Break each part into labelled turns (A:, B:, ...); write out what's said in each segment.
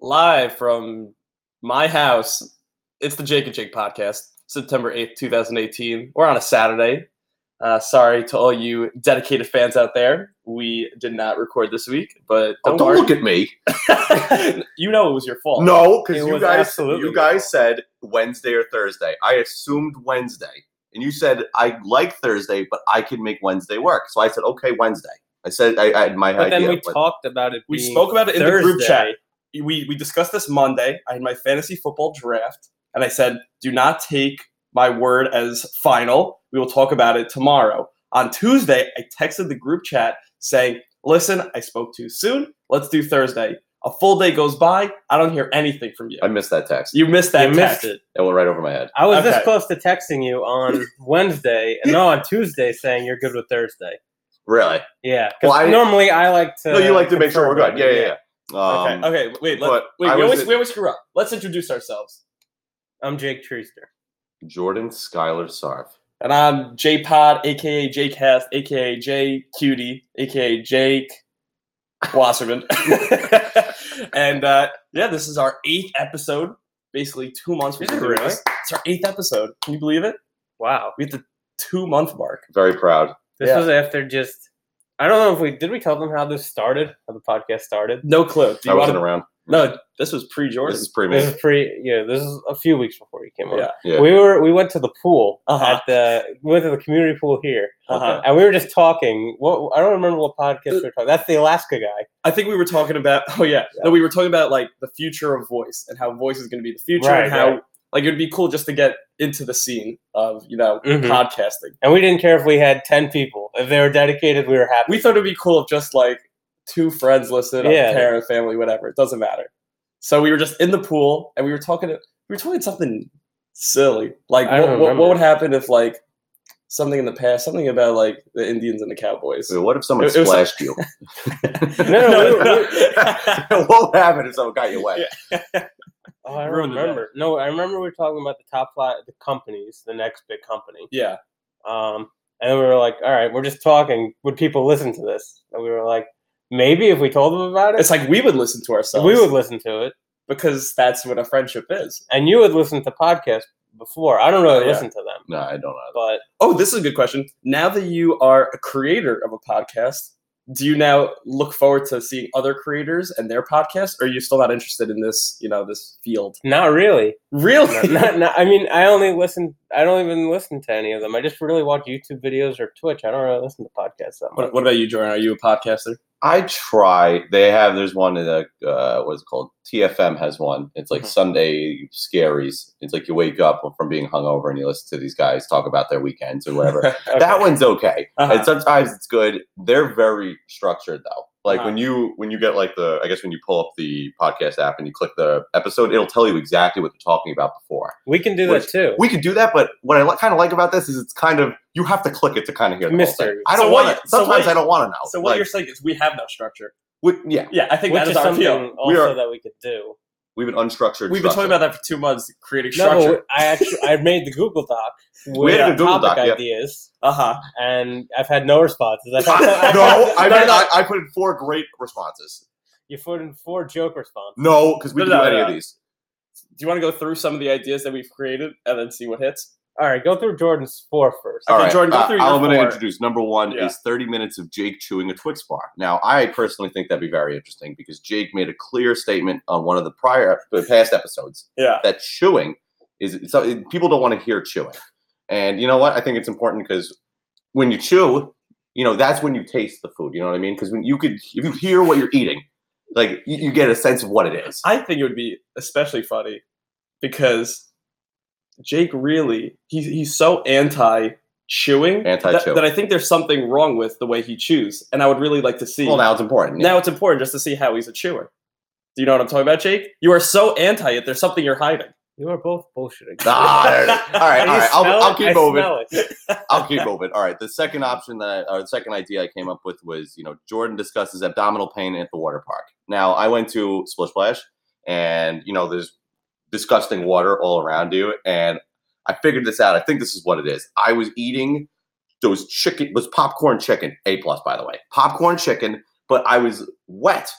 A: live from my house. It's the Jake and Jake podcast, September 8th, 2018. We're on a Saturday. Uh, sorry to all you dedicated fans out there. We did not record this week, but
B: Oh,
A: don't,
B: don't
A: worry.
B: look at me.
A: you know it was your fault.
B: No, because
A: It
B: you
A: was
B: guys,
A: absolutely
B: you guys said Wednesday or Thursday. I assumed Wednesday, and you said I like Thursday, but I can make Wednesday work. So I said, okay, Wednesday. I said I, I had my
C: But
B: idea.
C: then we
B: but-
C: talked about it.
A: We
C: being
A: spoke about it in the group
C: Thursday.
A: chat. We we discussed this Monday. I had my fantasy football draft, and I said, "Do not take my word as final. We will talk about it tomorrow." On Tuesday, I texted the group chat saying, "Listen, I spoke too soon. Let's do Thursday." A full day goes by. I don't hear anything from you.
B: I missed that text.
A: You missed that
C: You missed
A: text.
C: it.
B: That went right over my head.
C: I was
A: Okay.
C: this close to texting you on Wednesday, and no, on Tuesday, saying you're good with Thursday.
B: Really?
C: Yeah, 'cause
B: Well, I-
C: normally I like to.
B: no, you like to make sure we're
C: confirm
B: good. Yeah,
C: it,
B: yeah, yeah. Um,
A: Uh, okay. Okay. Wait. Let,
B: but
A: wait.
B: I
A: We
B: was
A: always,
B: in-
A: we always screw up. Let's introduce ourselves.
C: I'm Jake Treester.
B: Jordan Skylar Sarf.
A: And I'm J Pod, aka J Cast, aka J Cutie, aka Jake Wasserman. and uh, yeah, this is our eighth episode. Basically, two months we've been
C: Is it
A: doing
C: really?
A: this. It's our eighth episode. Can you believe it?
C: Wow,
A: We hit the two month mark.
B: Very proud.
C: this
A: Yeah.
C: was after just. I don't know if we did. We tell them how this started, how the podcast started.
A: No clue. Do
B: I
A: you
B: wasn't
A: want to?
B: around.
A: No, this was pre Jordan.
B: This is pretty
C: This
B: me.
C: is pre. Yeah, this is a few weeks before you came on.
A: Yeah.
B: Yeah.
C: We were we went to the pool
A: Uh-huh.
C: at the we went to the community pool here,
A: Uh-huh.
C: and we were just talking. What I don't remember what podcast we were talking. That's the Alaska guy,
A: I think we were talking about. Oh yeah.
C: Yeah.
A: no, we were talking about like the future of voice and how voice is going to be the future
C: Right,
A: and how
C: right.
A: like it would be cool just to get into the scene of you know
C: Mhm.
A: podcasting.
C: and we didn't care if we had ten people. If they were dedicated, we were happy.
A: we thought it'd be cool if just like two friends listed,
C: Yeah.
A: a parent, family, whatever. It doesn't matter. So we were just in the pool and we were talking. We were talking something silly, like
C: I
A: what,
C: don't
A: what, what
C: remember.
A: would happen if like something in the past, something about like the Indians and the Cowboys.
B: Wait, what if someone
A: It- it was-
B: splashed you?
C: No, no, we-
B: what would happen if someone got your way?
C: Oh, I
A: Ruined the day.
C: remember. No, I remember we were talking about the top five, the companies, the next big company.
A: yeah,
C: Um, and then we were like, all right, we're just talking. Would people listen to this? And we were like, maybe if we told them about it,
A: it's like we would listen to ourselves.
C: we would listen to it,
A: because that's what a friendship is.
C: and you would listen to podcasts before. I don't really
A: Oh, Yeah.
C: listen to them,
B: No, I don't know.
C: but
A: Oh, this is a good question. Now that you are a creator of a podcast, do you now look forward to seeing other creators and their podcasts, or are you still not interested in this, you know, this field?
C: not really.
A: Really?
C: not, not, not- I mean, I only listen. I don't even listen to any of them. I just really watch YouTube videos or Twitch. I don't really listen to podcasts that much.
A: What, what about you, Jordan? Are you a podcaster?
B: I try. They have. There's one in the uh, what's it called TFM has one. It's like
A: Mhm.
B: Sunday scaries. It's like you wake up from being hungover and you listen to these guys talk about their weekends or whatever. That
C: Okay.
B: one's okay,
A: Uh-huh.
B: and sometimes it's good. They're very structured though. Like
A: Uh-huh.
B: when you when you get like the I guess when you pull up the podcast app and you click the episode, it'll tell you exactly what they're talking about before.
C: we can do that
B: Which-
C: too.
B: We could do that, but what I kind of like about this is it's kind of you have to click it to kind of hear the whole thing.
C: Mystery.
B: I
A: So
B: don't
A: what
B: want
A: you-
B: to.
A: so what
B: Sometimes
A: you-
B: I don't want to know.
A: so what
B: Like,
A: you're saying is we have no structure.
B: what- yeah,
A: Yeah, I think
C: Which
A: that
C: is
A: is our
C: something
A: appeal.
B: We
C: also
B: are-
C: that we could do.
B: we've been unstructured.
A: We've been
B: structure.
A: talking about that for two months, creating
C: No,
A: structure.
C: I actually I made the Google Doc
B: We
C: with uh,
B: had a Google
C: topic
B: Doc, yeah.
C: ideas,
A: Uh huh.
C: and I've had no responses. I've had,
B: no, I,
A: No,
B: mean,
A: no.
B: I, I put in four great responses.
C: you put in four joke responses.
B: No, because we
A: No,
B: didn't
A: no,
B: do any
A: no.
B: of these.
A: Do you want to go through some of the ideas that we've created and then see what hits?
C: All right, go through Jordan's four first.
A: Okay, Jordan, go
B: uh,
A: through your
B: I'm going to
A: four.
B: introduce number one
A: Yeah.
B: is 30 minutes of Jake chewing a Twix bar. Now, I personally think that'd be very interesting because Jake made a clear statement on one of the prior, the past episodes
A: Yeah.
B: that chewing is so it- people don't want to hear chewing, and you know what? I think it's important because when you chew, you know that's when you taste the food. You know what I mean? Because when you could, if you hear what you're eating, like you, you get a sense of what it is.
A: I think it would be especially funny because Jake really he's he's so anti chewing
B: Anti-chew.
A: that, that I think there's something wrong with the way he chews, and I would really like to see.
B: Well, now it's important.
A: Now it's important just to see how he's a chewer. Do you know what I'm talking about, Jake? You are so anti it. There's something you're hiding.
C: You are both bullshitting.
B: Ah, there it is. all right,
C: Can
B: all
C: you
B: right. I'll,
C: smell
B: I'll
C: it?
B: keep
C: I
B: moving.
C: smell it.
B: I'll keep moving. All right. The second option that I, or the second idea I came up with was, you know, Jordan discusses abdominal pain at the water park. Now, I went to Splish Splash, and you know, there's disgusting water all around you, and I figured this out. I think this is what it is. I was eating those chicken, was popcorn chicken, a plus by the way, popcorn chicken, but I was wet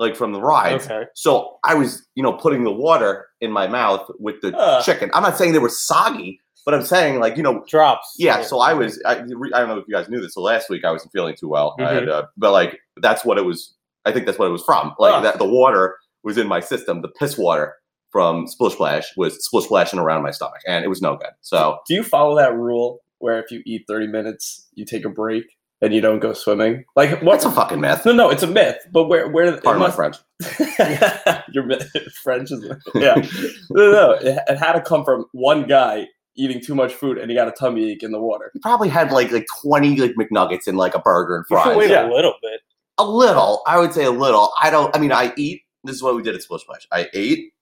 B: like from the rides.
C: Okay.
B: So I was, you know, putting the water in my mouth with the
A: Uh.
B: chicken. I'm not saying they were soggy, but I'm saying like, you know,
C: Drops.
B: yeah. So I was, I, I don't know if you guys knew this. So last week I wasn't feeling too well, I had, uh, but like that's what it was. I think that's what it was from. Like
A: Huh.
B: that, the water was in my system. The piss water from Splish Splash was splish splashing around my stomach, and it was no good. So
A: Do you follow that rule where if you eat 30 minutes, you take a break and you don't go swimming? Like
B: what's
A: what's
B: a fucking myth?
A: no, no, it's a myth. But where, where it
B: Pardon my
A: must-
B: French.
A: your myth- French is yeah. No, no, no. It, it had to come from one guy eating too much food and he got a tummy ache in the water.
B: You probably had like like twenty like McNuggets and like a burger and
C: You should
B: fries.
C: wait
A: Yeah.
C: a little bit.
B: a little. I would say a little. I don't. I mean, I eat. This is what we did at Splish Splash. I ate.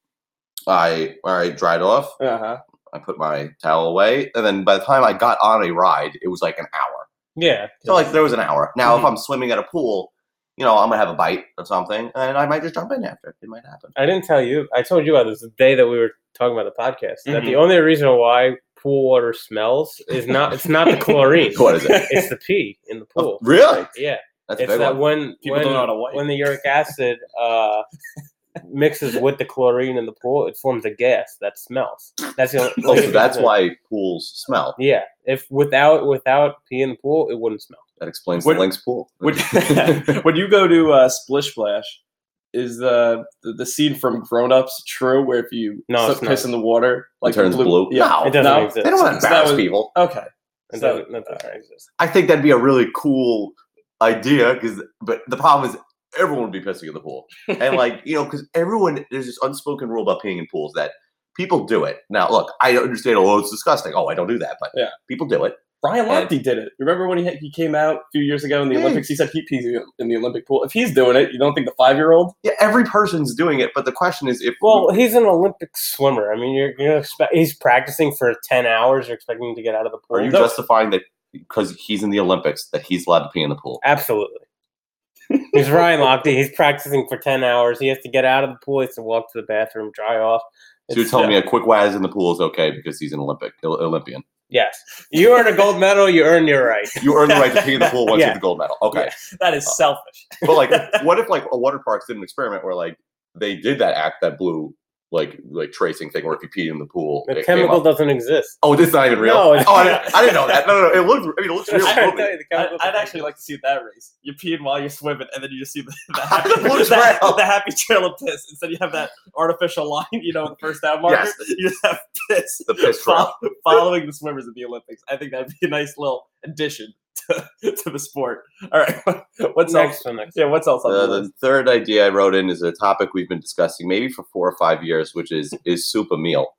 B: I I dried off.
A: Uh huh.
B: I put my towel away, and then by the time I got on a ride, it was like an hour.
C: Yeah.
B: So like there was an hour. Now
A: Mm-hmm.
B: if I'm swimming at a pool, you know I'm gonna have a bite or something, and I might just jump in after. It might happen.
C: I didn't tell you. I told you about this the day that we were talking about the podcast. That
A: Mhm.
B: Mm-hmm.
C: the only reason why pool water smells is not it's not the chlorine.
B: What is it?
C: It's the pee in the pool.
B: really?
C: Yeah.
B: That's a
C: it's
B: big
C: that
B: one.
C: when
A: People don't know how
C: when,
A: to wipe.
C: when the uric acid uh, mixes with the chlorine in the pool, it forms a gas that smells. That's the only.
B: Oh, so that's why pools smell.
C: Yeah. If without without pee in the pool, it wouldn't smell.
B: That explains
A: Would-
B: the Lynx pool.
A: When, when you go to uh, Splish Splash, is the, the the scene from Grown Ups true? Where if you
C: No,
A: s-
C: it's not.
A: piss in the water, like
B: turns blue.
A: Yeah.
B: No,
C: It doesn't
A: no.
B: they
C: exist.
B: don't want
A: So
B: to
A: that
B: embarrass
A: was-
B: people.
A: Okay.
C: It
A: so-
C: doesn't, that doesn't
B: uh,
C: exist.
B: I think that'd be a really cool idea because, but the problem is everyone would be pissing in the pool, and like you know, because everyone there's this unspoken rule about peeing in pools that people do it. Now, look, I don't understand. Oh, it's disgusting. Oh, I don't do that, but
A: Yeah.
B: people do it.
A: Brian
B: And-
A: Lochte did it. Remember when he he came out a few years ago in the
B: Yeah.
A: Olympics? He said he pees in the Olympic pool. If he's doing it, you don't think the five year old?
B: Yeah, every person's doing it, but the question is if
C: Well, he's an Olympic swimmer. I mean, you're, you're expect, he's practicing for ten hours. You're expecting him to get out of the pool.
B: are you
A: no.
B: justifying that because he's in the Olympics that he's allowed to pee in the pool?
C: Absolutely. he's Ryan Lochte. He's practicing for ten hours. He has to get out of the pool. He has to walk to the bathroom, dry off.
B: So you're
C: It's-
B: telling me a quick waz in the pool is okay because he's an Olympic Ol- Olympian.
C: Yes, you earn a gold medal. You earn your right. Uh,
B: You earn the right to pee in the pool once you
C: Yeah.
B: get the gold medal. Okay.
C: Yeah.
A: That is selfish.
B: But like, what if like a water parks did an experiment where like they did that act, that blue like like tracing thing, where if you pee in the pool,
C: The
B: it came
C: chemical
B: up.
C: doesn't exist.
B: Oh, this is not even real.
C: No, it's
B: oh, I didn't, I didn't know that. No, no, no. It looks. I mean, it looks real.
C: I'm trying to tell
B: totally.
C: you, the
A: I,
C: chemical
A: I'd
C: doesn't
A: actually like to see that race. You're peeing while you're swimming, and then you just see the, the, happy,
B: The blue
A: the,
B: trail.
A: the happy trail of piss. Instead, you have that artificial line, you know, the first down marker.
B: Yes.
A: You just have piss
B: The piss trail.
A: fo- following the swimmers at the Olympics. I think that'd be a nice little addition to, to the sport. All right, what's else?
C: exist. next one? Next.
A: Yeah, what's else on
B: Uh,
A: the
B: the
A: list?
B: third idea I wrote in is a topic we've been discussing maybe for four or five years, which is is soup a meal?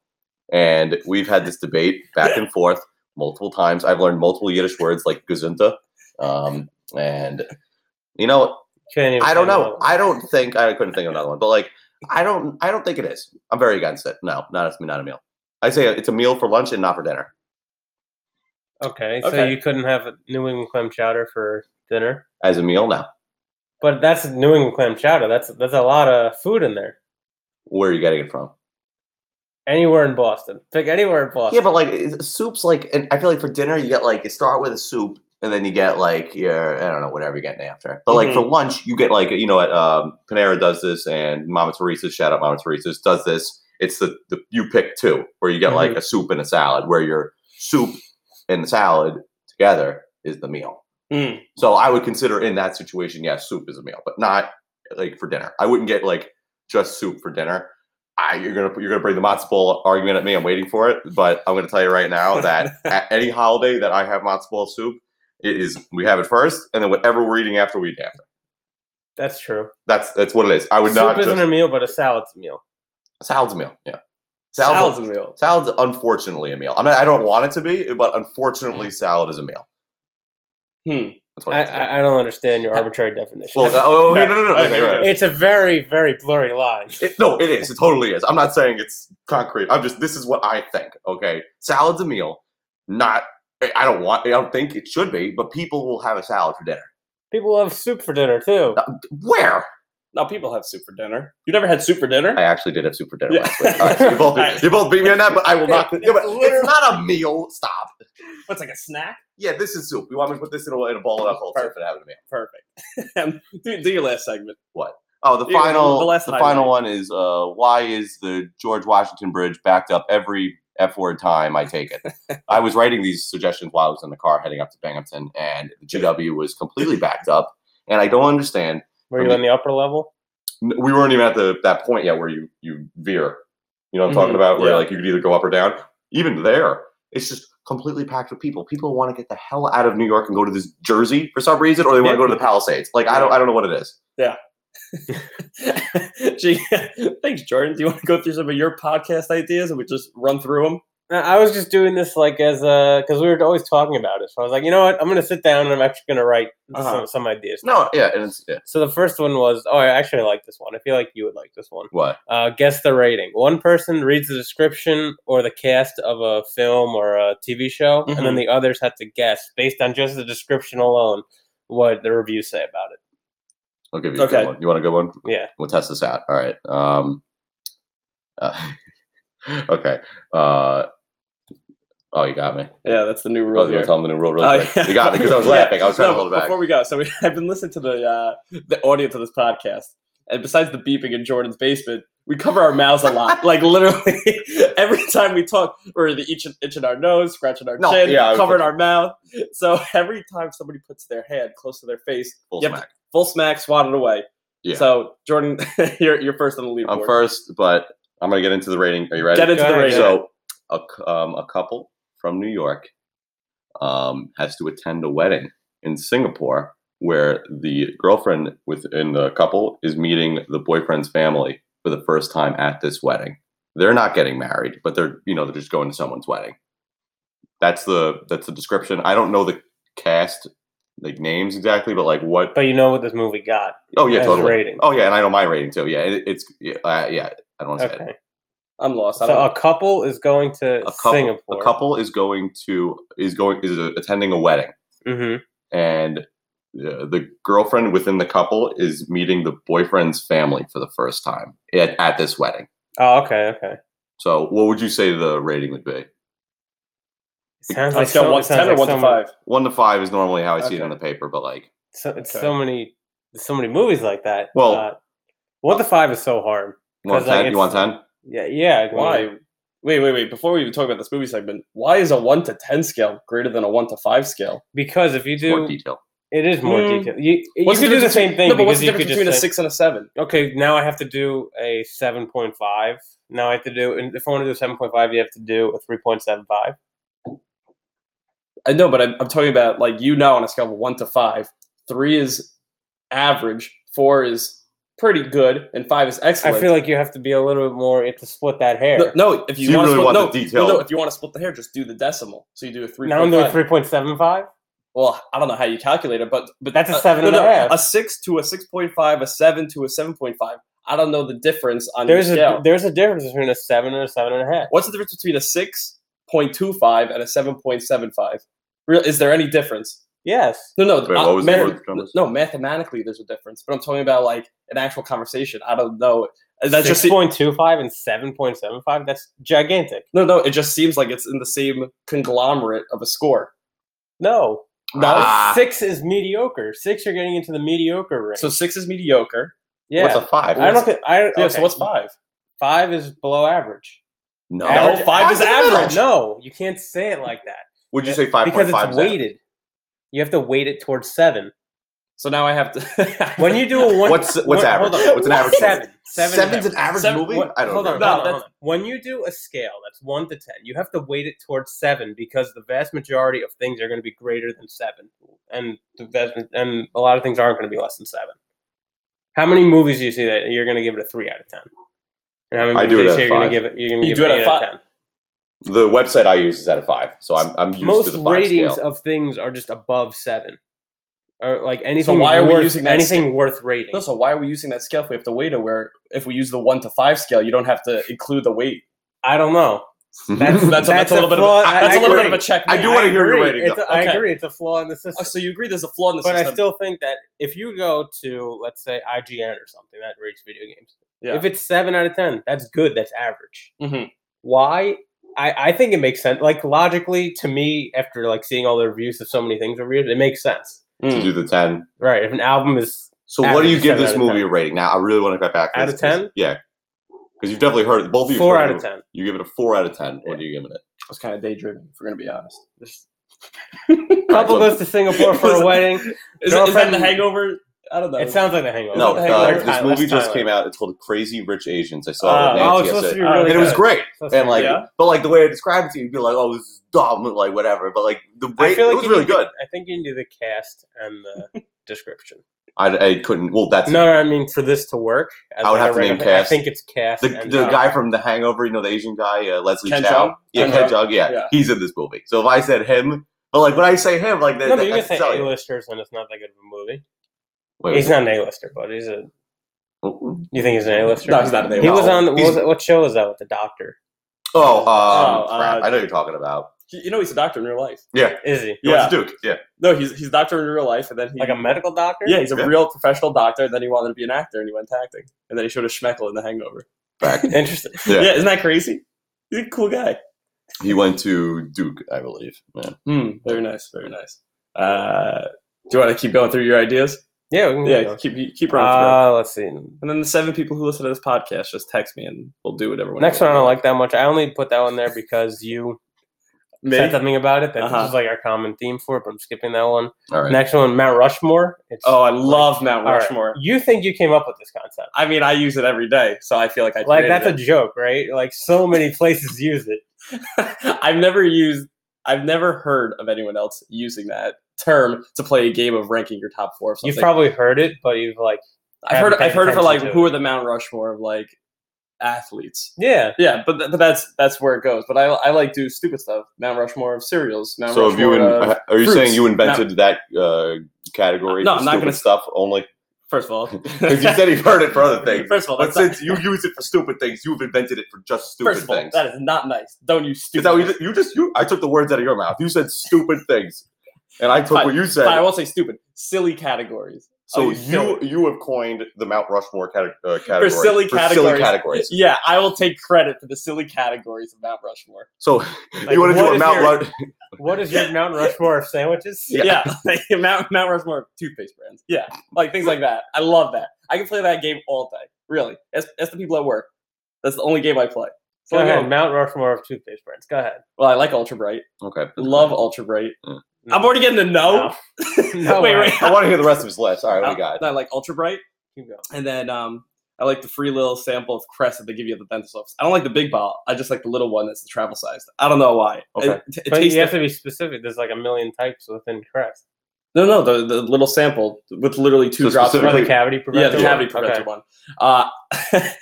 B: And we've had this debate back and forth multiple times. I've learned multiple Yiddish words like gesunta, um, and you know
C: Can't even
B: I don't
C: say
B: know.
C: no.
B: I don't think I couldn't think of another one, but like I don't I don't think it is. I'm very against it. No, not it's not a meal. I say it's a meal for lunch and not for dinner.
C: okay, so
A: Okay.
C: you couldn't have a New England clam chowder for dinner,
B: As a meal now.
C: but that's New England clam chowder. That's that's a lot of food in there.
B: Where are you getting it from?
C: Anywhere in Boston, pick anywhere in Boston.
B: Yeah, but like is- soup's like and I feel like for dinner you get like you start with a soup and then you get like your I don't know whatever you're getting after. But like for lunch you get like you know at um, Panera does this and Mama Teresa's shout out Mama Teresa's does this. It's the, the you pick two where you get like a soup and a salad where your soup and the salad together is the meal.
A: Mm.
B: So I would consider in that situation, yes, soup is a meal, but not like for dinner. I wouldn't get like just soup for dinner. I, you're gonna you're gonna bring the matzo ball argument at me. I'm waiting for it, but I'm gonna tell you right now that at any holiday that I have matzo ball soup, it is we have it first, and then whatever we're eating after we eat after.
C: that's true.
B: That's that's what it is. I would
C: Soup
B: not
C: isn't
B: just
C: a meal, but a salad's a meal.
B: salad's a meal. Yeah,
A: Salad's
B: salad
A: a meal.
B: salad's unfortunately a meal. I mean, I don't want it to be, but unfortunately, salad is a meal.
A: Hmm.
B: That's
C: I,
B: it is.
C: I, I don't understand your arbitrary definition.
B: well, uh, oh no no no, no,
A: Okay,
B: okay, right.
A: okay.
C: it's a very, very blurry line.
B: It, no, it is. It totally is. I'm not saying it's concrete. I'm just this is what I think. Okay, salad's a meal. Not. I I don't want. I don't think it should be. But people will have a salad for dinner.
C: People have soup for dinner too.
B: Where?
A: Now people have soup for dinner. You never had soup for dinner?
B: I actually did have soup for dinner
A: Yeah.
B: last week. All right, so you both
A: All right.
B: you both beat me on that, but I will not.
C: It's
B: yeah, but it's
C: literally-
B: not a meal. Stop.
A: What's like a snack?
B: Yeah, this is soup.
A: Um,
B: You want me to put this in a, in a bowl and I'll call it soup and have it a meal.
A: Perfect. do, do your last segment.
B: Oh, the
A: Yeah,
B: final,
A: the
B: the,
A: last time,
B: final
A: right.
B: one is uh, why is the George Washington Bridge backed up every f word time I take it? I was writing these suggestions while I was in the car heading up to Binghamton, and the GW was completely backed up, and I don't understand.
C: Were you on the upper level?
B: N- We weren't even at the that point yet where you you veer. You know what I'm talking
C: Mhm,
B: about?
A: Mm-hmm.
B: Where
A: yeah.
B: like you could either go up or down. Even there, it's just completely packed with people. People want to get the hell out of New York and go to this Jersey for some reason, or they want to
A: Yeah.
B: go to the Palisades. Like I don't, I don't know what it is.
A: Gee, Thanks, Jordan. Do you want to go through some of your podcast ideas and we just run through them?
C: No, I was just doing this like as a because we were always talking about it. So I was like, you know what? I'm gonna sit down and I'm actually gonna write
A: Uh-huh.
C: some, some ideas.
B: No, yeah, and it's yeah.
C: So the first one was oh, I actually like this one. I feel like you would like this one.
B: what.
C: Uh, guess the rating. One person reads the description or the cast of a film or a TV show, and then
B: Mm-hmm.
A: Mhm.
C: the others have to guess based on just the description alone what the reviews say about it.
B: I'll give you a
A: Okay.
B: good one. You want a good one?
C: Yeah.
B: We'll test this out. All right. Um, uh, okay. Uh, oh, you got me. Oh,
A: Yeah, that's the new
B: I was
A: rule
B: going
A: here.
B: to tell them the new rule real
A: Oh,
B: quick.
A: yeah.
B: You got me because I was
A: Yeah.
B: laughing. I was trying
A: No,
B: to hold it back.
A: Before we go, so we, I've been listening to the uh, the audio to this podcast, and besides the beeping in Jordan's basement, we cover our mouths a lot. like literally, every time we talk, we're the each itching our nose, scratching our
B: No,
A: chin,
B: yeah, I was
A: covering
B: thinking-
A: our mouth. So every time somebody puts their hand close to their face,
B: Full
A: Yep.
B: smack.
A: full smack, swatted away.
B: Yeah.
A: So Jordan, you're you're first on the leaderboard.
B: I'm first, but I'm going to get into the rating. Are you ready?
A: Get into
C: Go
A: the
C: ahead.
A: rating.
B: So, a, c- um, a couple from New York um, has to attend a wedding in Singapore where the girlfriend within the couple is meeting the boyfriend's family for the first time at this wedding. They're not getting married, but they're you know they're just going to someone's wedding. That's the that's the description. I don't know the cast like names exactly, but like what
C: But you know what this movie got?
B: Oh yeah,
C: as
B: totally.
C: rating.
B: Oh yeah, and I know my rating too. Yeah, it, it's yeah, uh, yeah. I don't want to say it.
C: Okay.
A: I'm lost. I
C: So uh,
A: don't
C: a couple is going to
B: A couple,
C: Singapore.
B: a couple is going to is going is uh, attending a wedding,
C: hmm
B: and uh, the girlfriend within the couple is meeting the boyfriend's family for the first time at, at this wedding.
C: Oh, okay, okay.
B: So, what would you say the rating would be?
C: Sounds
A: I
C: like
A: still
C: so,
A: one
C: it
A: to
C: sounds
A: ten or
C: like
A: one to
C: so
A: five.
B: One to five is normally how I see it
A: Okay.
B: in the paper, but like,
C: So, it's
A: Okay.
C: so many, so many movies like that.
B: Well-
C: uh, one to five is so hard.
B: you want
C: 'Cause, like,
B: ten? You want ten?
C: Yeah, yeah. I mean,
A: Why? Wait, wait, wait. Before we even talk about this movie segment, why is a one to ten scale greater than a one to five scale?
C: Because if you
B: More
C: do,
B: detail.
C: it is more
A: Hmm.
C: detailed. You, you
A: What's
C: could do the
A: difference
C: same
A: between-
C: thing
A: No, but what's
C: because
A: the
C: you could
A: difference
C: just
A: between a
C: say,
A: six and a seven?
C: okay, now I have to do a seven point five. Now I have to do, and if I want to do a seven point five, you have to do a three point seven five.
A: I know, but I'm, I'm talking about like you know on a scale of one to five, three is average, four is pretty good, and five is excellent.
C: I feel like you have to be a little bit more. You have to split that hair.
A: no, no, if you,
B: So you
A: want
B: really
A: to split,
B: want
A: no,
B: the
A: no,
B: detail.
A: no, if you want to split the hair, just do the decimal. So you do a three.
C: now I'm doing three point seven five.
A: Well, I don't know how you calculate it, but but
C: That's a
A: uh,
C: seven
A: no,
C: and a
A: no,
C: half.
A: A six to a six point five, a seven to a seven point five. I don't know the difference on
C: There's
A: your
C: a
A: scale.
C: there's a difference between a seven and a seven and a half.
A: What's the difference between a 6.25 and a 7.75? Real, is there any difference?
C: Yes.
A: No, no.
B: Wait,
A: uh,
B: what was the
A: math-
B: word, Thomas?
A: no, mathematically there's a difference, but I'm talking about like an actual conversation. I don't know. And That's just
C: six point two five and seven point seven five. That's gigantic.
A: no, no. It just seems like it's in the same conglomerate of a score.
C: No,
A: No.
B: Ah.
C: six is mediocre. Six, you're getting into the mediocre range.
A: So six is mediocre.
C: yeah,
B: What's a five?
C: I don't think I. Okay.
A: Yeah. So what's five?
C: five is below average.
B: no.
A: Average-
C: five is
A: Average.
C: average. No, you can't say it like that
B: Would you say five point
C: because it's
B: five?
C: weighted. You have to weight it towards seven.
A: So now I have to.
C: When you do a one,
B: What's what's
C: when-
B: average?
C: Hold on.
B: What's an average?
C: Seven. Seven. is
B: Seven's an
C: average.
B: average
A: Seven-
B: movie.
A: what-
B: I don't
C: Hold
B: know.
C: on,
A: No,
C: hold on,
A: that's-
C: hold on. When you do a scale that's one to ten, you have to weight it towards seven because the vast majority of things are going to be greater than seven, and the vast and a lot of things aren't going to be less than seven. How many movies do you see that you're going to give it a three out of ten? And how many
B: I
C: movies
B: do it
C: you
B: at
C: see you're going
B: five.
C: to give it? You're going to
A: You
C: give
A: do
C: it
A: it at
C: eight out of ten.
B: The website I use is at a five, so I'm I'm used to
C: Most
B: the five
C: ratings
B: scale.
C: of things are just above seven, or like anything.
A: why are we
C: worth,
A: using that
C: anything worth rating?
A: No, so why are we using that scale if we have to weight it? Where if we use the one to five scale, you don't have to include the weight.
C: I don't know. That's
A: That's, that's, a, little bit of
C: flaw-
A: a,
C: I-
A: that's
C: I
A: a little bit of
C: agree.
A: a check.
B: I do wanna hear your
C: agree.
B: rating,
C: It's a- I
A: Okay.
C: agree. It's a flaw in the system.
A: Oh, so you agree there's a flaw in the
C: but
A: system?
C: I still think that if you go to let's say IGN or something that rates video games,
A: Yeah.
C: if it's seven out of ten, that's good. That's average.
B: Mm-hmm.
A: Mhm.
C: Why? I, I think it makes sense. Like logically, to me,
A: Hmm.
C: after like seeing all the reviews of so many things reviewed, it makes sense.
B: to do the ten.
C: Right? If an album is
B: So what do you give
C: Average seven
B: this
C: out of
B: movie a rating? Now I really want to get back. to
C: Out
B: this
C: of
B: 'cause-
C: 10?
B: Yeah, because you've definitely heard it. Both of you.
C: Four out of ten.
B: You give it a four out of ten. What are you giving it?
A: was kind of daydreaming, if we're going to be honest.
C: Couple
B: All right,
C: goes to Singapore for a wedding.
A: Is, it, is that
C: Girlfriend-
A: the hangover? I don't know.
C: It sounds like the hangover.
B: No,
A: the
C: It's
A: hell is
B: uh,
C: like
A: that?
B: this
C: Ty-
B: movie
C: that's
B: just
C: Thailand.
B: came out. It's called Crazy Rich Asians. I saw it.
A: Oh,
C: Oh,
B: on
C: it's supposed to be
B: NTSA.
C: really
B: and it was
C: good.
B: great.
C: It's supposed to
B: And
C: be
B: like,
C: good.
A: Yeah.
B: but like the way I described it to you, you'd be like, "Oh, this is dumb," like whatever. But like the
C: I
B: rate,
C: feel like
B: it was
C: you
B: really
C: need
B: good.
C: to- I think you need the cast and the description.
B: I, I couldn't. Well, that's
C: No, no, I mean for this to work. as
B: I would
C: like
B: have
C: a
B: to name
C: regular-
B: cast.
C: I think it's cast.
B: the,
C: and
B: the
C: Tom.
B: guy from The Hangover, you know, the Asian guy, uh, Leslie
A: Ken
B: Chow.
A: Jeong?
B: Yeah,
A: Ken
B: Ken Jeong. Yeah,
A: Yeah.
B: he's in this movie. So if I said him, but like when I say him, like that,
C: No,
B: that-
C: but you can
B: that's
C: say
B: selling.
C: A-listers and it's not that good of a movie.
B: Wait,
C: he's
B: wait.
C: not an A-lister, but he's a.
B: Oh,
C: You think he's an A-lister?
A: No, he's not an
C: He was
B: No,
C: on. What,
B: he's-
C: was it- what show was that with the doctor?
B: oh, um,
A: Oh, uh,
B: crap. I know who you're talking about.
A: you know, he's a doctor in real life.
C: Is he
B: He
A: Yeah.
B: went to Duke. Yeah,
A: No, he's he's a doctor in real life, and then he
C: like a medical doctor?
A: yeah, he's a
B: Yeah.
A: real professional doctor. And then he wanted to be an actor, and he went to acting, and then he showed a schmeckle in The Hangover.
B: back.
C: Interesting.
B: Yeah.
A: Yeah, isn't that crazy? He's a cool guy.
B: he went to Duke, I believe. Yeah.
A: Hmm. Very nice. Very nice. Uh, do you want to keep going through your ideas?
C: Yeah. We can
A: Yeah.
C: go.
A: Keep keep running through.
C: Uh, let's see.
A: and then the seven people who listen to this podcast just text me, and we'll do whatever. we
C: Next
A: need.
C: one I don't like that much. I only put that one there because you
A: Me?
C: said something about it. That
A: Uh-huh.
C: this is like our common theme for it, but I'm skipping that one.
B: All right.
C: Next one, Mount Rushmore. It's,
A: Oh, I love Mount
C: all right.
A: Rushmore.
C: You think you came up with this concept?
A: I mean, I use it every day, so I feel like I
C: Like
A: created
C: that's
A: it.
C: a joke, right? Like so many places use it.
A: I've never used, I've never heard of anyone else using that term to play a game of ranking your top four. Of
C: You've
A: something.
C: probably heard it, but you've like,
A: I've heard,
C: haven't paid
A: I've heard it for
C: attention
A: like
C: to
A: who
C: it.
A: are the Mount Rushmore of like athletes.
C: yeah,
A: Yeah, but, th- but that's that's where it goes. But I, I like do stupid stuff. Mount Rushmore of cereals. Mount
B: So have you
A: Rushmore
B: in,
A: of,
B: are you
A: fruits.
B: saying you invented that uh, category?
A: No,
B: for
A: I'm not
B: stupid
A: gonna-
B: stuff only
A: first of all,
B: because you said you've heard it for other things.
A: First of all,
B: But
A: that's not,
B: since you use it for stupid things, you've invented it for just stupid
A: first of all,
B: things.
A: that is not nice. Don't use
B: Is
A: stupid.
B: that what
A: things.
B: you, you just you? I took the words out of your mouth. You said stupid things, and I took
A: Fine,
B: what you said.
A: Fine, I won't say stupid. Silly categories.
B: so
A: Oh,
B: you
A: silly.
B: you have coined the Mount Rushmore cate- uh,
A: For
B: category
A: silly categories.
B: categories.
A: Yeah, I will take credit for the silly categories of Mount Rushmore.
B: So you want to do a
C: what is
B: Mount
C: your-
B: Rush?
C: What is your Mount Rushmore of sandwiches?
B: Yeah.
A: Yeah, like Mount, Mount Rushmore toothpaste brands. Yeah, like things like that. I love that. I can play that game all day. Really, that's, that's the people at work. That's the only game I play. So
C: Go
A: I
C: ahead,
A: know-
C: Mount Rushmore of toothpaste brands. Go ahead.
A: Well, I like Ultra Bright.
B: Okay,
A: Love Ultra Bright.
B: Mm.
A: I'm already getting to know.
C: No
A: wait,
C: way.
A: wait.
B: I want to hear the rest of his list. All right, what do you got?
A: I like Ultra Bright,
C: Keep going.
A: and then um, I like the free little sample of Crest that they give you at the dentist office. I don't like the big bottle. I just like the little one that's the travel sized. I don't know why.
B: Okay.
A: It, it
C: But
A: tastes
C: you have to be specific. There's like a million types within Crest.
A: no, no, the, the little sample with literally two
B: So
A: drops. of
C: Or
B: specifically-
C: the cavity preventer.
A: yeah, the
C: one?
A: cavity preventer
C: Okay.
A: one. Uh,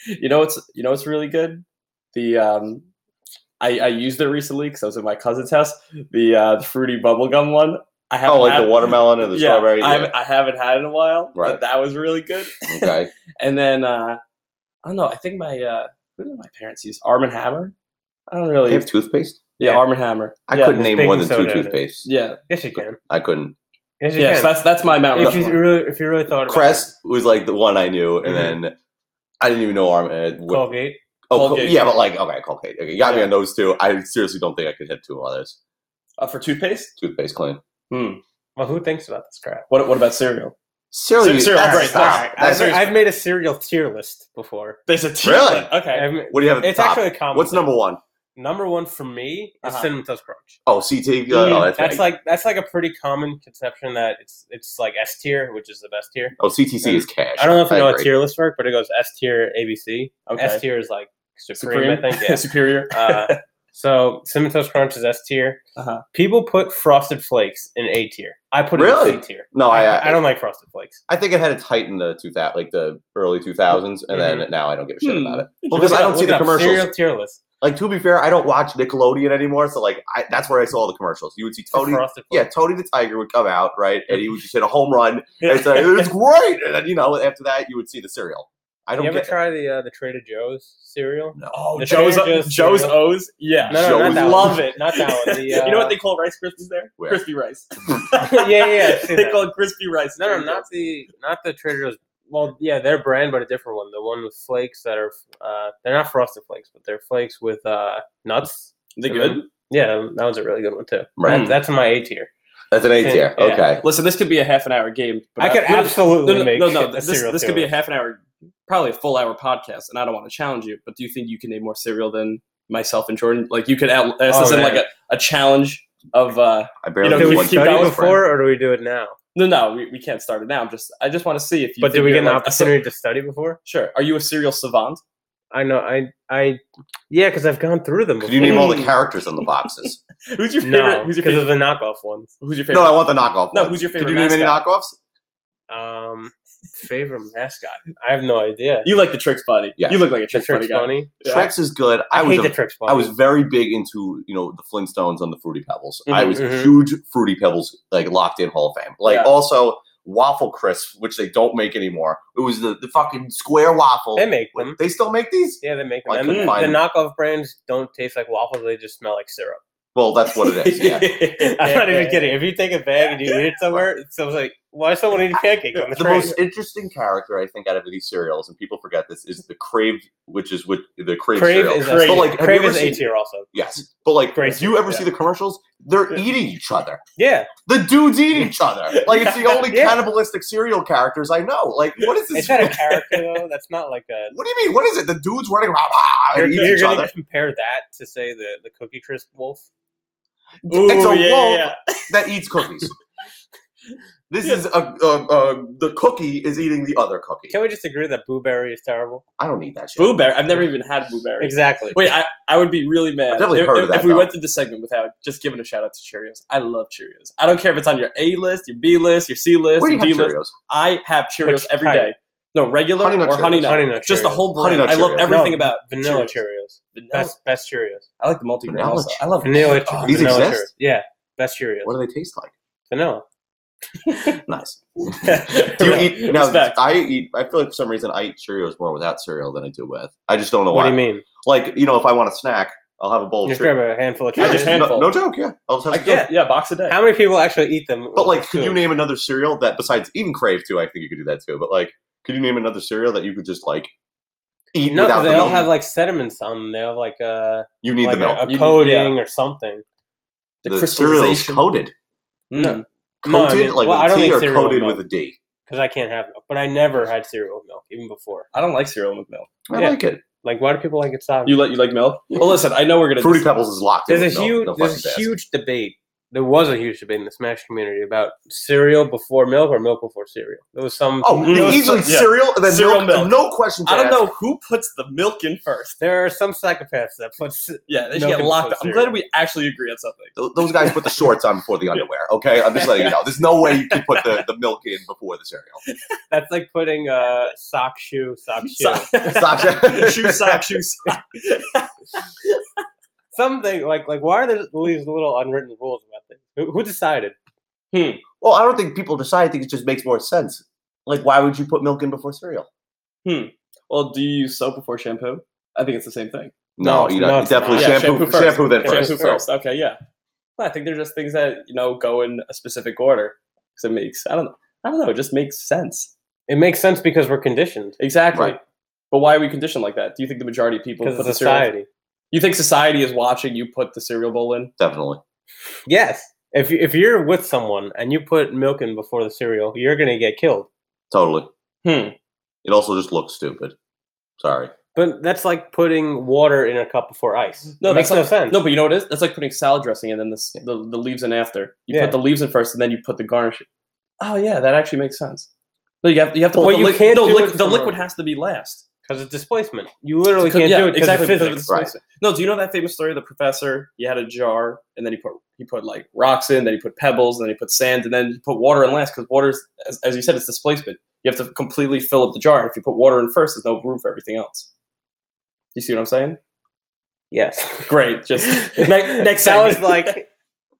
A: you know it's you know it's really good. The um, I, I used it recently because I was at my cousin's house. The uh, the fruity bubblegum one. I haven't
B: Oh, like
A: had,
B: the watermelon and the
A: yeah,
B: strawberry.
A: I haven't, I haven't had it in a while. but
B: Right.
A: that was really good.
B: Okay.
A: And then uh, I don't know. I think my uh, who did my parents use Arm and Hammer. I don't really.
B: They have toothpaste.
A: yeah,
C: yeah.
A: Arm and Hammer.
B: I
A: yeah,
B: couldn't name more than
C: baking
B: two
C: soda in it.
B: toothpastes.
A: Yeah,
C: Yes, you can.
B: I couldn't.
C: Yes, you
A: yeah.
C: can.
A: So that's that's my Mount
C: if you
A: Rushmore.
C: really, if you really thought about
B: Crest was like the one I knew, and
C: Mhm.
B: then I didn't even know Arm. Uh,
C: it.
B: what-
C: Colgate.
B: Oh, Col-
A: Colgate.
B: yeah, but like, okay, Colgate. Okay, you got me
A: Yeah.
B: on those two. I seriously don't think I could hit two others.
A: Uh, for toothpaste.
B: Toothpaste clean.
C: Well, who thinks about this crap?
A: What what about cereal?
B: Seriously,
A: Ser- cereal,
B: that's-
A: right,
B: stop.
A: right.
B: That's-
A: Ser-
C: I've, I've made a cereal tier list before.
A: There's a tea-
B: Really?
A: okay.
C: I've ma-
B: what do you have at the
C: it's
B: top?
C: actually a common.
B: What's
C: thing.
B: number one?
C: number one for me is
A: Uh-huh.
C: cinnamon toast crunch.
B: Oh, CT. Uh,
A: Yeah,
B: oh, that's,
C: Mm, That's
B: right.
C: like that's like a pretty common conception that it's it's like S tier, which is the best tier.
B: Oh, CTC is cash.
C: I don't know if you know how
B: agree.
C: tier lists work, but it goes S tier, ABC. S
A: Okay.
C: tier is like supreme, I think.
A: Superior.
C: Yeah. Uh, so cinnamon toast crunch is S tier.
A: Uh-huh.
C: People put frosted flakes in A tier. I put it
B: Really?
C: in C tier.
B: No, I, I,
C: I don't like frosted flakes.
B: I think it had its height in the two thou- like the early two thousands, and
C: Mm-hmm.
B: then now I don't give a shit
A: Hmm.
B: about it. Well, because I don't
C: Look
B: see
C: it
B: the
C: up.
B: commercials.
C: Cereal tier list.
B: Like to be fair, I don't watch Nickelodeon anymore, so like I, that's where I saw all the commercials. Oh, You would see
C: for
B: Tony.
C: frosted
B: Yeah,
C: flakes.
B: Tony the Tiger would come out, right? And he would just hit a home run.
A: Yeah.
B: And it's like, it's great. And then, you know, after that, you would see the cereal. I don't
C: you ever
B: get
C: try the uh, the Trader Joe's cereal?
B: No.
A: Oh,
C: The
A: Joe's
C: Trader Joe's
A: Joe's
C: cereal.
A: O's. Yeah,
C: No, no,
B: Joe's-
C: not that
A: love
C: one.
A: it.
C: Not that one. The,
A: you know
C: uh,
A: what they call rice krispies there?
B: Where?
A: Crispy rice.
C: Yeah, yeah, yeah, I've seen
A: they
C: that.
A: call it crispy rice.
C: No, no, not the not the Trader Joe's. Well, yeah, their brand, but a different one. The one with flakes that are uh, they're not frosted flakes, but they're flakes with uh, nuts.
A: They
C: good? Yeah, that was a really good one too.
B: Right.
C: That, that's in my A tier.
B: That's an A tier.
C: Yeah.
B: Okay.
A: Listen, this could be a half an hour game.
C: I could
A: no, no,
C: absolutely
A: no, no,
C: make
A: no, no,
C: a
A: This,
C: serial
A: this could be a
C: killer.
A: half an hour, probably a full hour podcast, and I don't want to challenge you. But do you think you can name more cereal than myself and Jordan? Like you could out this
C: Oh,
A: isn't
C: man.
A: like a, a challenge of uh
B: I barely
A: know,
B: did
C: Did we
A: one
C: keep
A: thing.
C: that
B: sentence, friend.
C: before, or do we do it now?
A: no no we, we can't start it now. I'm just I just want to see if you
C: But did
A: think
C: we
A: you're
C: get an
A: like a ce-
C: opportunity to study before?
A: sure. Are you a cereal savant?
C: I know. I I yeah, because I've gone through them.
B: Could
C: Before.
B: you name all the characters on the boxes?
A: Who's your favorite?
C: No,
A: who's your
C: because of
A: favorite?
C: the knockoff ones.
A: Who's your favorite?
B: no, I want the knockoff.
A: No,
B: ones.
A: who's your favorite
B: Could you name any knockoffs?
C: Um, favorite mascot? I have no idea.
A: you like the tricks buddy.
B: Yeah.
A: You look like a
C: The
A: tricks buddy
C: Tricks
A: guy.
C: Bunny.
A: Yeah.
B: Shrek's is good. I,
C: I,
B: was
C: hate
B: a-
C: the Tricks Bunny.
B: I was very big into you know the Flintstones on the Fruity Pebbles. I
A: Mhm,
B: was
C: mhm.
B: huge Fruity Pebbles like locked in Hall of Fame. Like
A: Yeah.
B: also waffle crisp, which they don't make anymore. It was the, the fucking square waffle.
C: They make
B: Wait,
C: them.
B: They still make these?
C: Yeah, they make
B: I
C: them. And the,
B: couldn't find
C: the knockoff brands don't taste like waffles; they just smell like syrup.
B: Well, that's what it is. Yeah.
C: I'm not even kidding. If you take a bag and you eat it somewhere, it sounds like why is someone eating pancakes on the,
B: the
C: train?
B: most interesting character I think out of these cereals, and people forget this, is the Crave, which is with the Crave,
C: Crave
B: cereal.
C: is
A: But,
C: a,
A: like,
B: have you
C: Crave
B: ever
C: is A
B: seen-
C: tier also.
B: Yes, but like,
C: Great
B: if you ever
A: cereal,
B: see the commercials, they're
C: Yeah.
B: eating each other.
C: Yeah,
B: The dudes eat each other. Like it's the only
C: Yeah.
B: cannibalistic serial characters I know. Like what is
C: it's
B: this?
C: not a character though. That's not like a.
B: What do you mean? What is it? The dudes running around ah,
C: You're,
B: and eat
C: you're
B: each
C: gonna
B: other.
C: compare that to say the the Cookie Crisp Wolf.
A: Ooh,
B: It's a
A: yeah,
B: wolf.
A: yeah,
B: that eats cookies. This is a, a, a the cookie is eating the other cookie.
C: Can we just agree that Boo Berry is terrible?
B: I don't need that shit.
A: Boo Berry. I've never even had Boo Berry.
C: Exactly.
A: Wait, I, I would be really mad
B: I've definitely
A: if,
B: heard of
A: if-
B: that,
A: if we
B: though.
A: went through the segment without just giving a shout out to Cheerios. I love Cheerios. I don't care if it's on your A list, your B list, your C list,
B: Where do
A: your
B: you
A: D
B: have
A: list.
B: Cheerios?
A: I have Cheerios
C: Which
A: every day.
C: type?
A: No, regular
B: Honey Nut
A: or honey
B: Cheerios.
A: nut.
C: Honey Nut
A: Just the
C: Cheerios.
A: whole
B: Honey
A: brand. I
B: Nut
A: love
B: Cheerios.
A: everything
C: No,
A: about
C: vanilla Cheerios.
A: Vanilla.
C: Best best Cheerios.
A: I like the multi
B: Vanilla
A: also. I love
C: Vanilla.
A: Oh,
C: Cheerios.
B: these
C: vanilla
B: exist?
C: Cheerios. Yeah, best Cheerios.
B: What do they taste like?
C: Vanilla.
B: Nice. Do you eat now?
A: Respect.
B: I eat. I feel like for some reason I eat Cheerios more without cereal than I do with. I just don't know
C: What
B: why.
C: do you mean?
B: Like you know, if I want a snack, I'll have a bowl of
C: Just
B: Oh, Cheerios.
C: grab a handful of
A: Yeah,
C: Cheerios.
A: just
B: no-
A: handful.
B: No, joke, yeah. I'll just have
A: I
B: a
A: can't-
B: scoop.
A: yeah, box a day.
C: How many people actually eat them?
B: But like, could you
C: Two.
B: name another cereal that besides even Crave too? I think you could do that too. But like, could you name another cereal that you could just like eat
C: No, 'cause
B: without the
C: they all
B: milk?
C: have like sediments on them. They have like a
B: you need
C: like
B: the milk.
C: a,
A: You-
C: a coating or something.
A: the,
B: the cereal is
A: crystallization.
B: coated,
A: Mm.
C: No, I
B: coated
C: mean-
B: like
C: well, I
B: with
C: don't
B: T
C: think
B: or
C: cereal
B: coated
C: milk.
B: with a D.
C: because I can't have milk. But I never had cereal with milk even before.
A: I don't like cereal with milk.
B: I
C: Yeah.
B: like it.
C: Like, why do people like it so? much?
A: You like you like milk? Well, listen, I know we're gonna.
B: Fruity Pebbles is locked. in
C: there's
B: with
C: a
B: milk,
C: huge
B: no
C: there's
B: fucking
C: a
B: ask.
C: huge debate. There was a huge debate in the Smash community about cereal before milk or milk before cereal. There was some.
B: Oh,
A: Mm. Yeah.
B: easily
A: Yeah.
B: cereal and then
A: Cereal milk.
B: milk. No questions.
A: I don't
B: asked.
A: know who puts the milk in first.
C: There are some psychopaths that put. s-
A: Yeah, they should
C: Milk
A: get
C: and
A: locked up.
C: so
A: I'm
C: cereal.
A: glad we actually agree on something.
B: Th- Those guys put the shorts on before the underwear. Okay, I'm just letting you know. There's no way you can put the, the milk in before the cereal.
C: That's like putting uh, sock shoe sock shoe.
B: Stop.
A: shoe sock, shoe sock.
C: Something like like why are there these little unwritten rules about this? Who, who decided?
B: Well, I don't think people decide. I think it just makes more sense. Like, why would you put milk in before cereal?
A: Well, do you use soap before shampoo? I think it's the same thing.
B: No,
C: No,
B: you
C: no,
B: know,
C: it's
B: definitely
C: not.
A: Yeah,
B: shampoo,
A: shampoo
B: shampoo,
A: first.
B: then
A: Shampoo
B: first.
A: first. Okay, yeah. Well, I think they're just things that you know go in a specific order because it makes. I don't. know. I don't know. It just makes sense.
C: It makes sense because we're conditioned
A: Exactly.
B: Right.
A: But why are we conditioned like that? Do you think the majority of people
C: because
A: put
C: of
A: the cereal?
C: society.
A: You think society is watching you put the cereal bowl in?
B: Definitely.
C: Yes. If you, if you're with someone and you put milk in before the cereal, you're gonna get killed.
B: Totally.
A: Hmm.
B: It also just looks stupid. Sorry.
C: But that's like putting water in a cup before ice.
A: No,
C: No, makes
A: that's
C: no sense.
A: No, but you know what it is? That's like putting salad dressing and then the s- the, the leaves in after. You
C: Yeah.
A: put the leaves in first, and then you put the garnish. Oh yeah, that actually makes sense. No, you have you have to.
C: Well,
A: put the
C: you
A: liquid.
C: can't
A: no,
C: do
A: liqu-
C: it
A: the
C: from
A: liquid
C: a-
A: has to be last.
C: because it's displacement. You literally
A: Because-
C: can't
A: yeah,
C: do it because
A: exactly,
C: of
A: because of
C: physics.
A: the
B: Right.
A: space. No, do you know that famous story of the professor? He had a jar, and then he put he put like rocks in, then he put pebbles, and then he put sand, and then he put water in last because water's as, as you said, it's displacement. You have to completely fill up the jar. If you put water in first, there's no room for everything else. You see what I'm saying?
C: Yes.
A: Great. Just ne- next.
C: that was
A: segment.
C: like,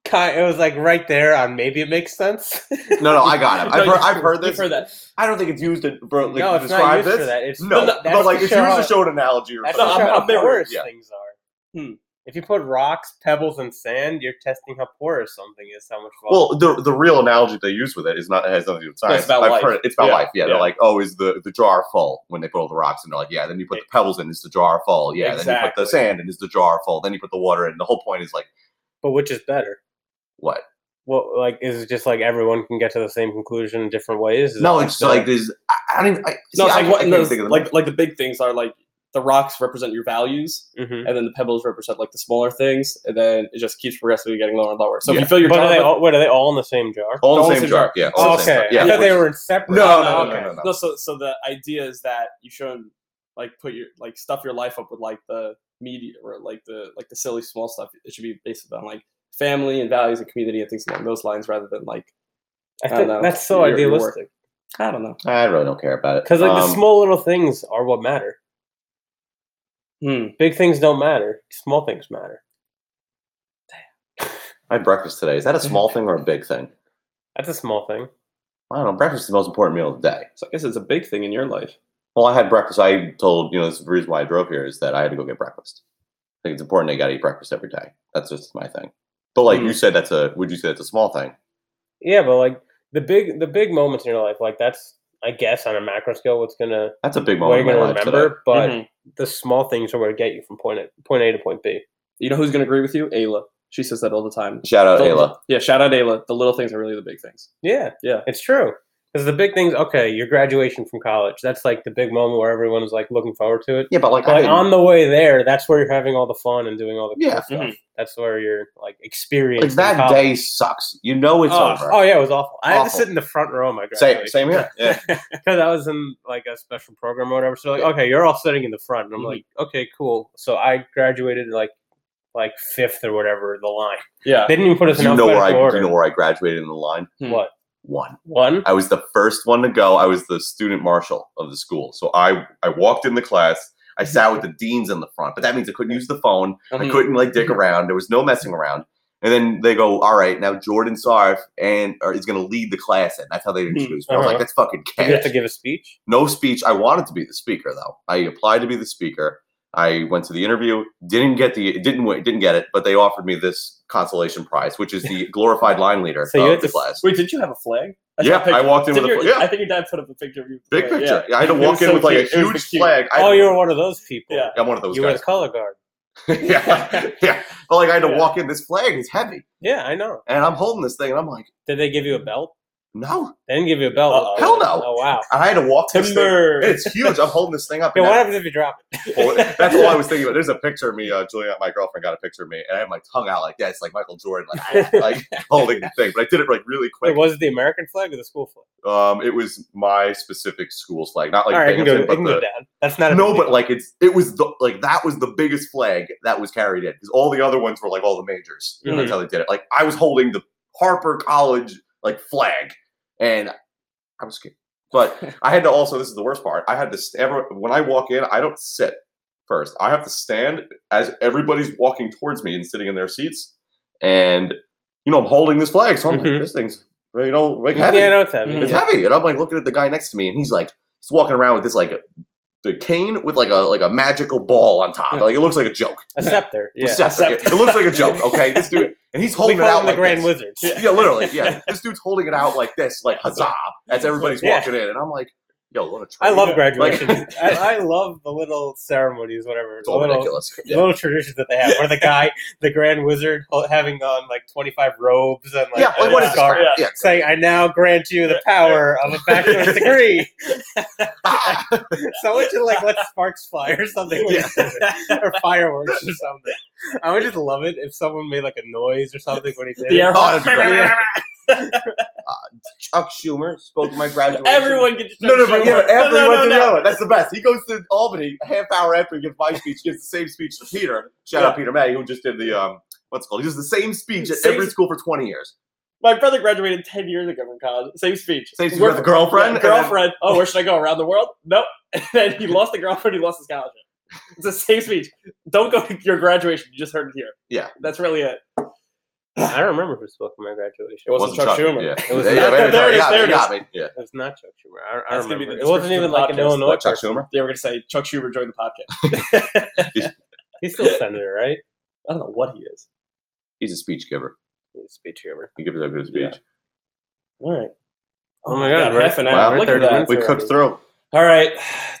C: ki- it was like right there on maybe it makes sense.
B: No, no, I got it. I've,
A: No, you-
B: heard, I've heard
A: you've
B: this.
A: heard that.
B: I don't think it's used to, for, like,
C: no,
B: to
C: it's
B: describe
C: not used
B: this.
C: for that. It's
B: No,
C: that's
B: but like
C: to
B: it's
C: show
B: used
C: how-
B: to show an analogy or
C: That's
A: No,
C: to
B: something.
C: show
A: I'm-
C: how
A: I'm there.
C: porous
B: Yeah.
C: things are.
A: Hmm.
C: If you put rocks, pebbles, and sand, you're testing how porous something is. How much volume.
B: Well, the the real analogy they use with it is not it has nothing to do with
A: No,
B: science.
A: it's about
B: I've
A: life.
B: heard it. It's about
A: Yeah,
B: life. Yeah,
A: yeah.
B: they're like, oh, is the, the jar full when they put all the rocks and they're like, yeah. Then you put the pebbles in, is the jar full? Yeah. Then you put
A: Exactly.
B: the sand in, is the jar full? Then you put the water in. The whole point is like,
C: but which is better?
B: what?
C: What like is it just like everyone can get to the same conclusion in different ways? Is
B: No,
C: that
B: it's just like there's. I, I don't even. I,
A: No,
B: see,
A: it's
B: I-
A: like
B: I
A: what
B: can't
A: no,
B: think of them.
A: like like the big things are like the rocks represent your values,
C: Mhm.
A: and then the pebbles represent like the smaller things, and then it just keeps progressively getting lower and lower. So if
B: Yeah.
A: you fill your
C: But
A: jar
C: are they
A: with-
C: all? Wait, are they all in the same jar?
B: all
A: all
B: the
A: the
B: same
A: same
B: jar. Yeah. all the same
C: okay,
B: jar.
C: I thought
B: Yeah.
C: they were in separate.
B: No, no,
C: Oh,
A: no,
B: no, no, no.
A: no, so so the idea is that you shouldn't like put your like stuff your life up with like the media or like the like the silly small stuff. It should be based on like family and values and community and things along those lines rather than like I
C: I
A: don't
C: think
A: know.
C: that's so
A: your- your work.
C: idealistic.
A: I don't know.
B: I really don't care about it.
C: Because like the
B: Um,
C: small little things are what matter.
A: Hmm.
C: Big things don't matter. Small things matter.
B: I had breakfast today. Is that a small thing or a big thing?
C: That's a small thing.
B: I don't know. Breakfast is the most important meal of the day.
A: So I guess it's a big thing in your life.
B: Well, I had breakfast. I told you know this is the reason why I drove here is that I had to go get breakfast. I think it's important. I got to eat breakfast every day. That's just my thing. But like
C: Hmm.
B: you said, that's a. Would you say that's a small thing?
C: Yeah, but like the big the big moments in your life, like that's I guess on a macro scale, what's gonna
B: That's a big
C: what
B: moment
C: you're
B: in my
C: gonna
B: life today. Mm-hmm.
C: remember. But
A: Mhm.
C: the small things are what get you from point A, point A to point B.
A: You know who's gonna agree with you? Ayla. She says that all the time.
B: Shout out
A: The-
B: Uh, Ayla.
A: Yeah, shout out Ayla. The little things are really the big things.
C: Yeah,
A: Yeah.
C: it's true. Because the big things, okay, your graduation from college, that's like the big moment where everyone is like looking forward to it.
B: Yeah, but like, I
C: But
B: didn't-
C: on the way there, that's where you're having all the fun and doing all the cool
B: Yeah, Mm-hmm.
C: stuff.
A: mhm.
C: That's where you're like
B: like,
C: experiencing.
B: that
C: college.
B: day sucks. You know it's
C: oh,
B: over.
C: oh, yeah, it was awful. I had to
B: Awful.
C: sit in the front row of my
B: same,
C: graduation.
B: same here. Yeah.
C: because I was in like a special program or whatever. So like, okay, you're all sitting in the front, and I'm
A: Mhm.
B: Mm-hmm.
C: like, okay, cool. So I graduated like like fifth or whatever the line.
A: Yeah.
C: They didn't even put us
B: Do
C: in
B: you know where I?
C: alphabetical
B: Do
C: order.
B: you know where I graduated in the line?
A: Hmm.
C: What?
B: One.
C: One.
B: I was the first one to go. I was the student marshal of the school. So I I walked in the class. I sat with the deans in the front, but that means I couldn't use the phone. I
C: Mm-hmm.
A: Mhm.
B: couldn't like dick around. There was no messing around. And then they go, all right, now Jordan Sarf and or is going to lead the class, and that's how they introduced me. I was like,
C: Uh-huh.
B: that's fucking
C: Did you have
B: cash.
C: to give a speech?
B: No speech. I wanted to be the speaker though. I applied to be the speaker. I went to the interview, didn't get the didn't win, didn't get it, but they offered me this consolation prize, which is the glorified line leader
C: So you
B: of
C: had
B: the
C: to-
B: class.
A: Wait, did you have a flag? saw
B: Yeah,
A: a picture.
B: I walked in
A: Did
B: with a
A: your-
B: flag. Yeah.
A: I think your dad put up a picture of you.
B: Big
A: Yeah.
B: picture. I had to
A: It was
B: walk in
A: so
B: with like
A: cute. It
B: a
A: was
B: huge
A: the cute-
B: flag. I,
C: oh, you were one of those people.
A: Yeah.
B: I'm one of those
C: You were
B: guys.
C: the color guard.
B: yeah, yeah. But like I had to
A: Yeah.
B: walk in. This flag is heavy,
C: Yeah, I know.
B: and I'm holding this thing, and I'm like,
C: Did they give you a belt?
B: no.
C: They didn't give you a belt.
A: Uh-oh.
B: Uh, Hell no.
C: Oh wow.
B: And I had to walk this thing.
A: Timber.
B: It's huge. I'm holding this thing up.
C: Yeah,
B: and
C: what
B: that-
C: happens if you drop it?
B: that's all I was thinking about. There's a picture of me. Uh, Julia, my girlfriend, got a picture of me, and I had my tongue out like that. It's like Michael Jordan, like, like holding the thing. But I did it like really
C: Wait,
B: quick.
C: was it the American flag or the school flag?
B: Um, it was my specific school's flag, not like
C: All right, I can go.
B: Binghamton,
C: I can
B: but
C: go
B: the-
C: down. That's not a
B: no,
C: big
B: but
C: deal.
B: like it's it was the like that was the biggest flag that was carried in because all the other ones were like all the majors. You know,
C: Mm-hmm.
B: That's how they did it. Like I was holding the Harper College like flag, and I was scared. But I had to also. This is the worst part. I had to st- ever when I walk in. I don't sit first. I have to stand as everybody's walking towards me and sitting in their seats, and you know I'm holding this flag, so I'm like,
C: Mhm.
B: this thing's you know like heavy.
C: Yeah, I know it's heavy.
B: It's heavy. And I'm like looking at the guy next to me, and he's like, he's walking around with this like the cane with like a like a magical ball on top. Like it looks like a joke.
C: A scepter. Yeah.
B: A scepter.
A: A scepter.
B: It looks like a joke. Okay, this dude, and he's
C: We
B: holding it
C: call
B: out
C: them the
B: like
C: Grand
B: this.
C: Wizards.
B: Yeah, literally. Yeah, this dude's holding it out like this, like huzzah, as everybody's
C: Yeah.
B: walking in, and I'm like, yo, what a
C: I
B: treat.
C: love
A: Yeah.
C: graduation. I, I love the little ceremonies, whatever.
B: It's
C: The
B: all
C: little,
B: ridiculous.
C: the little traditions that they have, where the guy, the grand wizard, ho- having on like twenty five robes and like,
B: yeah,
C: a
B: like what is this?
C: scarf,
B: crap?
A: Yeah.
B: Yeah.
C: saying, "I now grant you the power of a bachelor's degree."
B: Ah,
C: Someone should like let sparks fly or something, when
B: Yeah.
C: he said it, or fireworks or something. I would just love it if someone made like a noise or something when he did
A: The
C: it.
A: air
B: Oh, that's
A: horn.
B: Chuck Schumer spoke at my graduation.
A: Everyone gets
B: No, no, but yeah,
A: No, no,
B: everyone
A: no,
B: to
A: no.
B: know it. That's the best. He goes to Albany a half hour after he gives my speech, gives the same speech to Peter. Shout out Peter May, who just did the um, what's it called? He does the same speech at
A: Same
B: every
A: sp-
B: school for twenty years.
A: My brother graduated 10 years ago from college. Same speech.
B: Same speech
A: Work-
B: with a
A: Yeah,
B: girlfriend. and then-
A: girlfriend. Oh, where should I go? Around the world? Nope. And then he lost the girlfriend. He lost his scholarship. It's the same speech. Don't go to your graduation. You just heard it here.
B: Yeah.
A: That's really it.
C: I don't remember who spoke at my graduation.
A: It wasn't Chuck Schumer.
B: Yeah,
C: It was-
B: Yeah,
A: There it
B: yeah,
A: is,
B: you got me,
A: there it
B: you got me. Yeah.
C: It was not Chuck Schumer. I, I
A: That's
C: don't
A: gonna be the
C: remember. It wasn't
A: description
C: even
A: of the
C: like an
A: podcast.
C: Illinois
B: What, Chuck
C: person.
B: Schumer?
A: They were going to say Chuck Schumer joined the podcast.
C: He's still a senator, right?
A: I don't know what he is.
B: He's a speech giver.
C: He's a speech giver.
B: He gives a good
A: Yeah.
B: speech.
A: All right.
C: Oh my God, we're-
A: half an
B: wow,
A: hour.
B: we're
A: Look at
C: 30
A: that.
C: minutes.
B: We cooked through.
A: All right.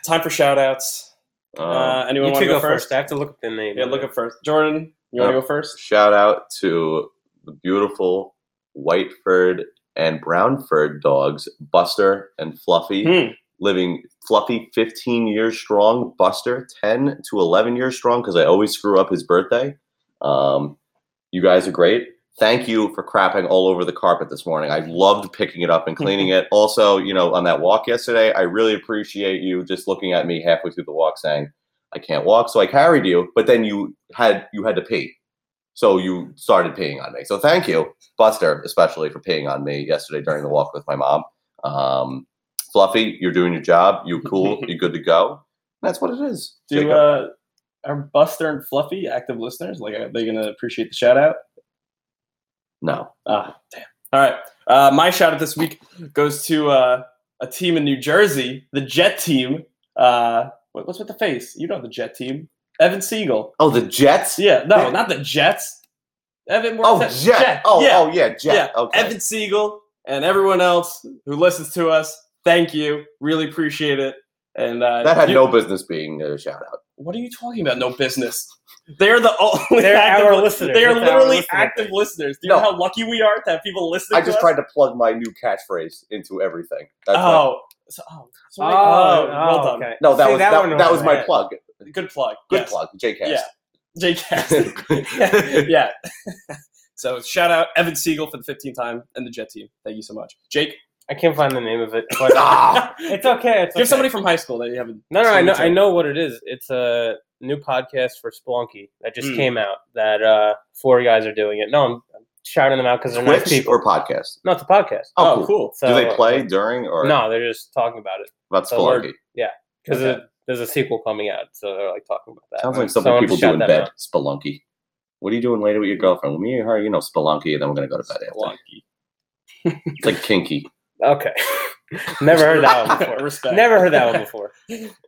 A: Time for shout outs.
B: Um,
A: Uh, anyone
C: You
A: want
C: two
A: to
C: go
A: go
C: first.
A: first?
C: I have to look up the name.
A: Yeah,
C: of
A: look
C: it.
A: up first. Jordan, you want to
B: No.
A: go first?
B: shout out to the beautiful Whiteford and Brownford dogs, Buster and Fluffy,
A: Hmm.
B: living Fluffy 15 years strong, Buster 10 to 11 years strong because I always screw up his birthday. Um, you guys are great. Thank you for crapping all over the carpet this morning. I loved picking it up and cleaning
A: Mm-hmm.
B: it. Also, you know, on that walk yesterday, I really appreciate you just looking at me halfway through the walk saying, I can't walk, so I carried you, but then you had you had to pee. So you started peeing on me. So thank you, Buster, especially for peeing on me yesterday during the walk with my mom. Um, Fluffy, you're doing your job. You cool. you good to go. That's what it is.
A: Do
B: Jacob.
A: uh, are Buster and Fluffy active listeners? Like, are they going to appreciate the shout out?
B: no.
A: Ah, damn. All right. Uh, my shout out this week goes to uh, a team in New Jersey, the Jet Team. Uh, what, what's with the face? You know the Jet Team. Evan Siegel.
B: Oh, the Jets.
A: Yeah, no, not the Jets. Evan. where's
B: Oh,
A: that-
B: Jet. Oh,
A: yeah.
B: oh, yeah, Jet.
A: Yeah,
B: Okay.
A: Evan Siegel and everyone else who listens to us. Thank you. Really appreciate it. And uh,
B: that had
A: you-
B: no business being a shout out.
A: What are you talking about? No business. They're the only.
C: They're
A: active
C: our
A: li-
C: listeners.
A: They are
C: That's our
A: literally
C: listener
A: active
C: base.
A: listeners. Do you
B: No.
A: know how lucky we are to have people listening?
B: I just
A: to
B: tried
A: Us?
B: to plug my new catchphrase into everything. That's what-
A: Oh, so, oh, so wait- oh, well done.
C: okay.
B: no, that
C: See,
B: was
C: that
B: that,
C: one
B: that,
C: went
B: was my
C: ahead.
B: plug.
A: Good plug.
B: Good
A: yes.
B: plug.
A: Yeah.
B: Jcast.
A: J-Cast. yeah. So shout out Evan Siegel for the 15th time and the Jet team. Thank you so much, Jake.
C: I can't find the name of it. But
B: Ah.
C: it's okay. It's
A: Give
C: okay.
A: somebody from high school that you haven't.
C: No, no, I
A: Send it
C: know,
A: to
C: I
A: me.
C: know what it is. It's a new podcast for Splunky that just
A: Mm.
C: came out. That uh, four guys are doing it. No, I'm, I'm shouting them out because they're nice
B: Twitch
C: people.
B: or podcast?
C: no, it's a podcast.
B: Oh, cool.
A: cool.
C: So,
B: Do they play during or
C: No, they're just talking about it
B: about
C: So we're-
B: Spelunky?
C: because
A: Okay.
C: there's a sequel coming out, so they're like talking about that.
B: Sounds like something
C: Someone
B: people
C: shout
B: do in
C: that
B: bed.
C: out.
B: Spelunky. What are you doing later with your girlfriend? Well, me and her, you know, spelunky, and then we're gonna go to bed after.
A: Lucky.
B: It's like kinky.
C: Okay, never heard that one before.
A: Respect.
C: Never heard that one before.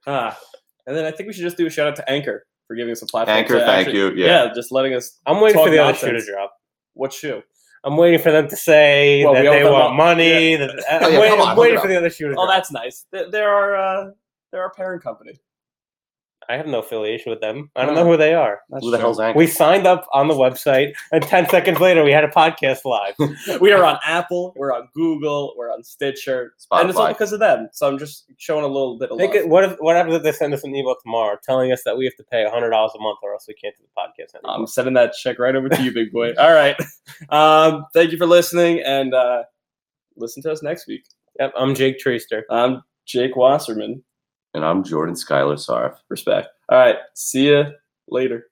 A: Ah. And then I think we should just do a shout out to Anchor for giving us a platform.
B: Anchor,
A: to
B: thank
A: actually-
B: you. Yeah.
A: just letting us.
C: I'm waiting
A: Talk
C: for the other shoe
A: nonsense.
C: to drop.
A: What shoe?
C: I'm waiting for them to say
A: Well,
C: that
A: we
C: they
A: opened
C: want
A: up-
C: money. That, uh, I'm,
B: Oh, yeah,
C: waiting,
B: come on,
C: I'm
B: hook
C: waiting
B: it
C: for the other shoe to
A: Oh,
C: drop.
A: that's nice. Th- They're our uh, they're our parent company.
C: I have no affiliation with them. I don't
A: No.
C: know who they are.
B: Who the hell's Anchor?
C: We signed up on the website, and 10 seconds later, we had a podcast live.
A: We are on Apple. We're on Google. We're on Stitcher, and it's all
B: Spotify.
A: because of them. So I'm just showing a little bit of
C: They
A: love.
C: could, what, if, what happens if they send us an email tomorrow telling us that we have to pay $100 a month or else we can't do the podcast anymore?
A: I'm sending that check right over to you, big boy. All right. Um, thank you for listening, and uh, listen to us next week.
C: yep, I'm Jake Treester.
A: I'm Jake Wasserman.
B: And I'm Jordan Skylar Sarf.
A: Respect. All right. See you later.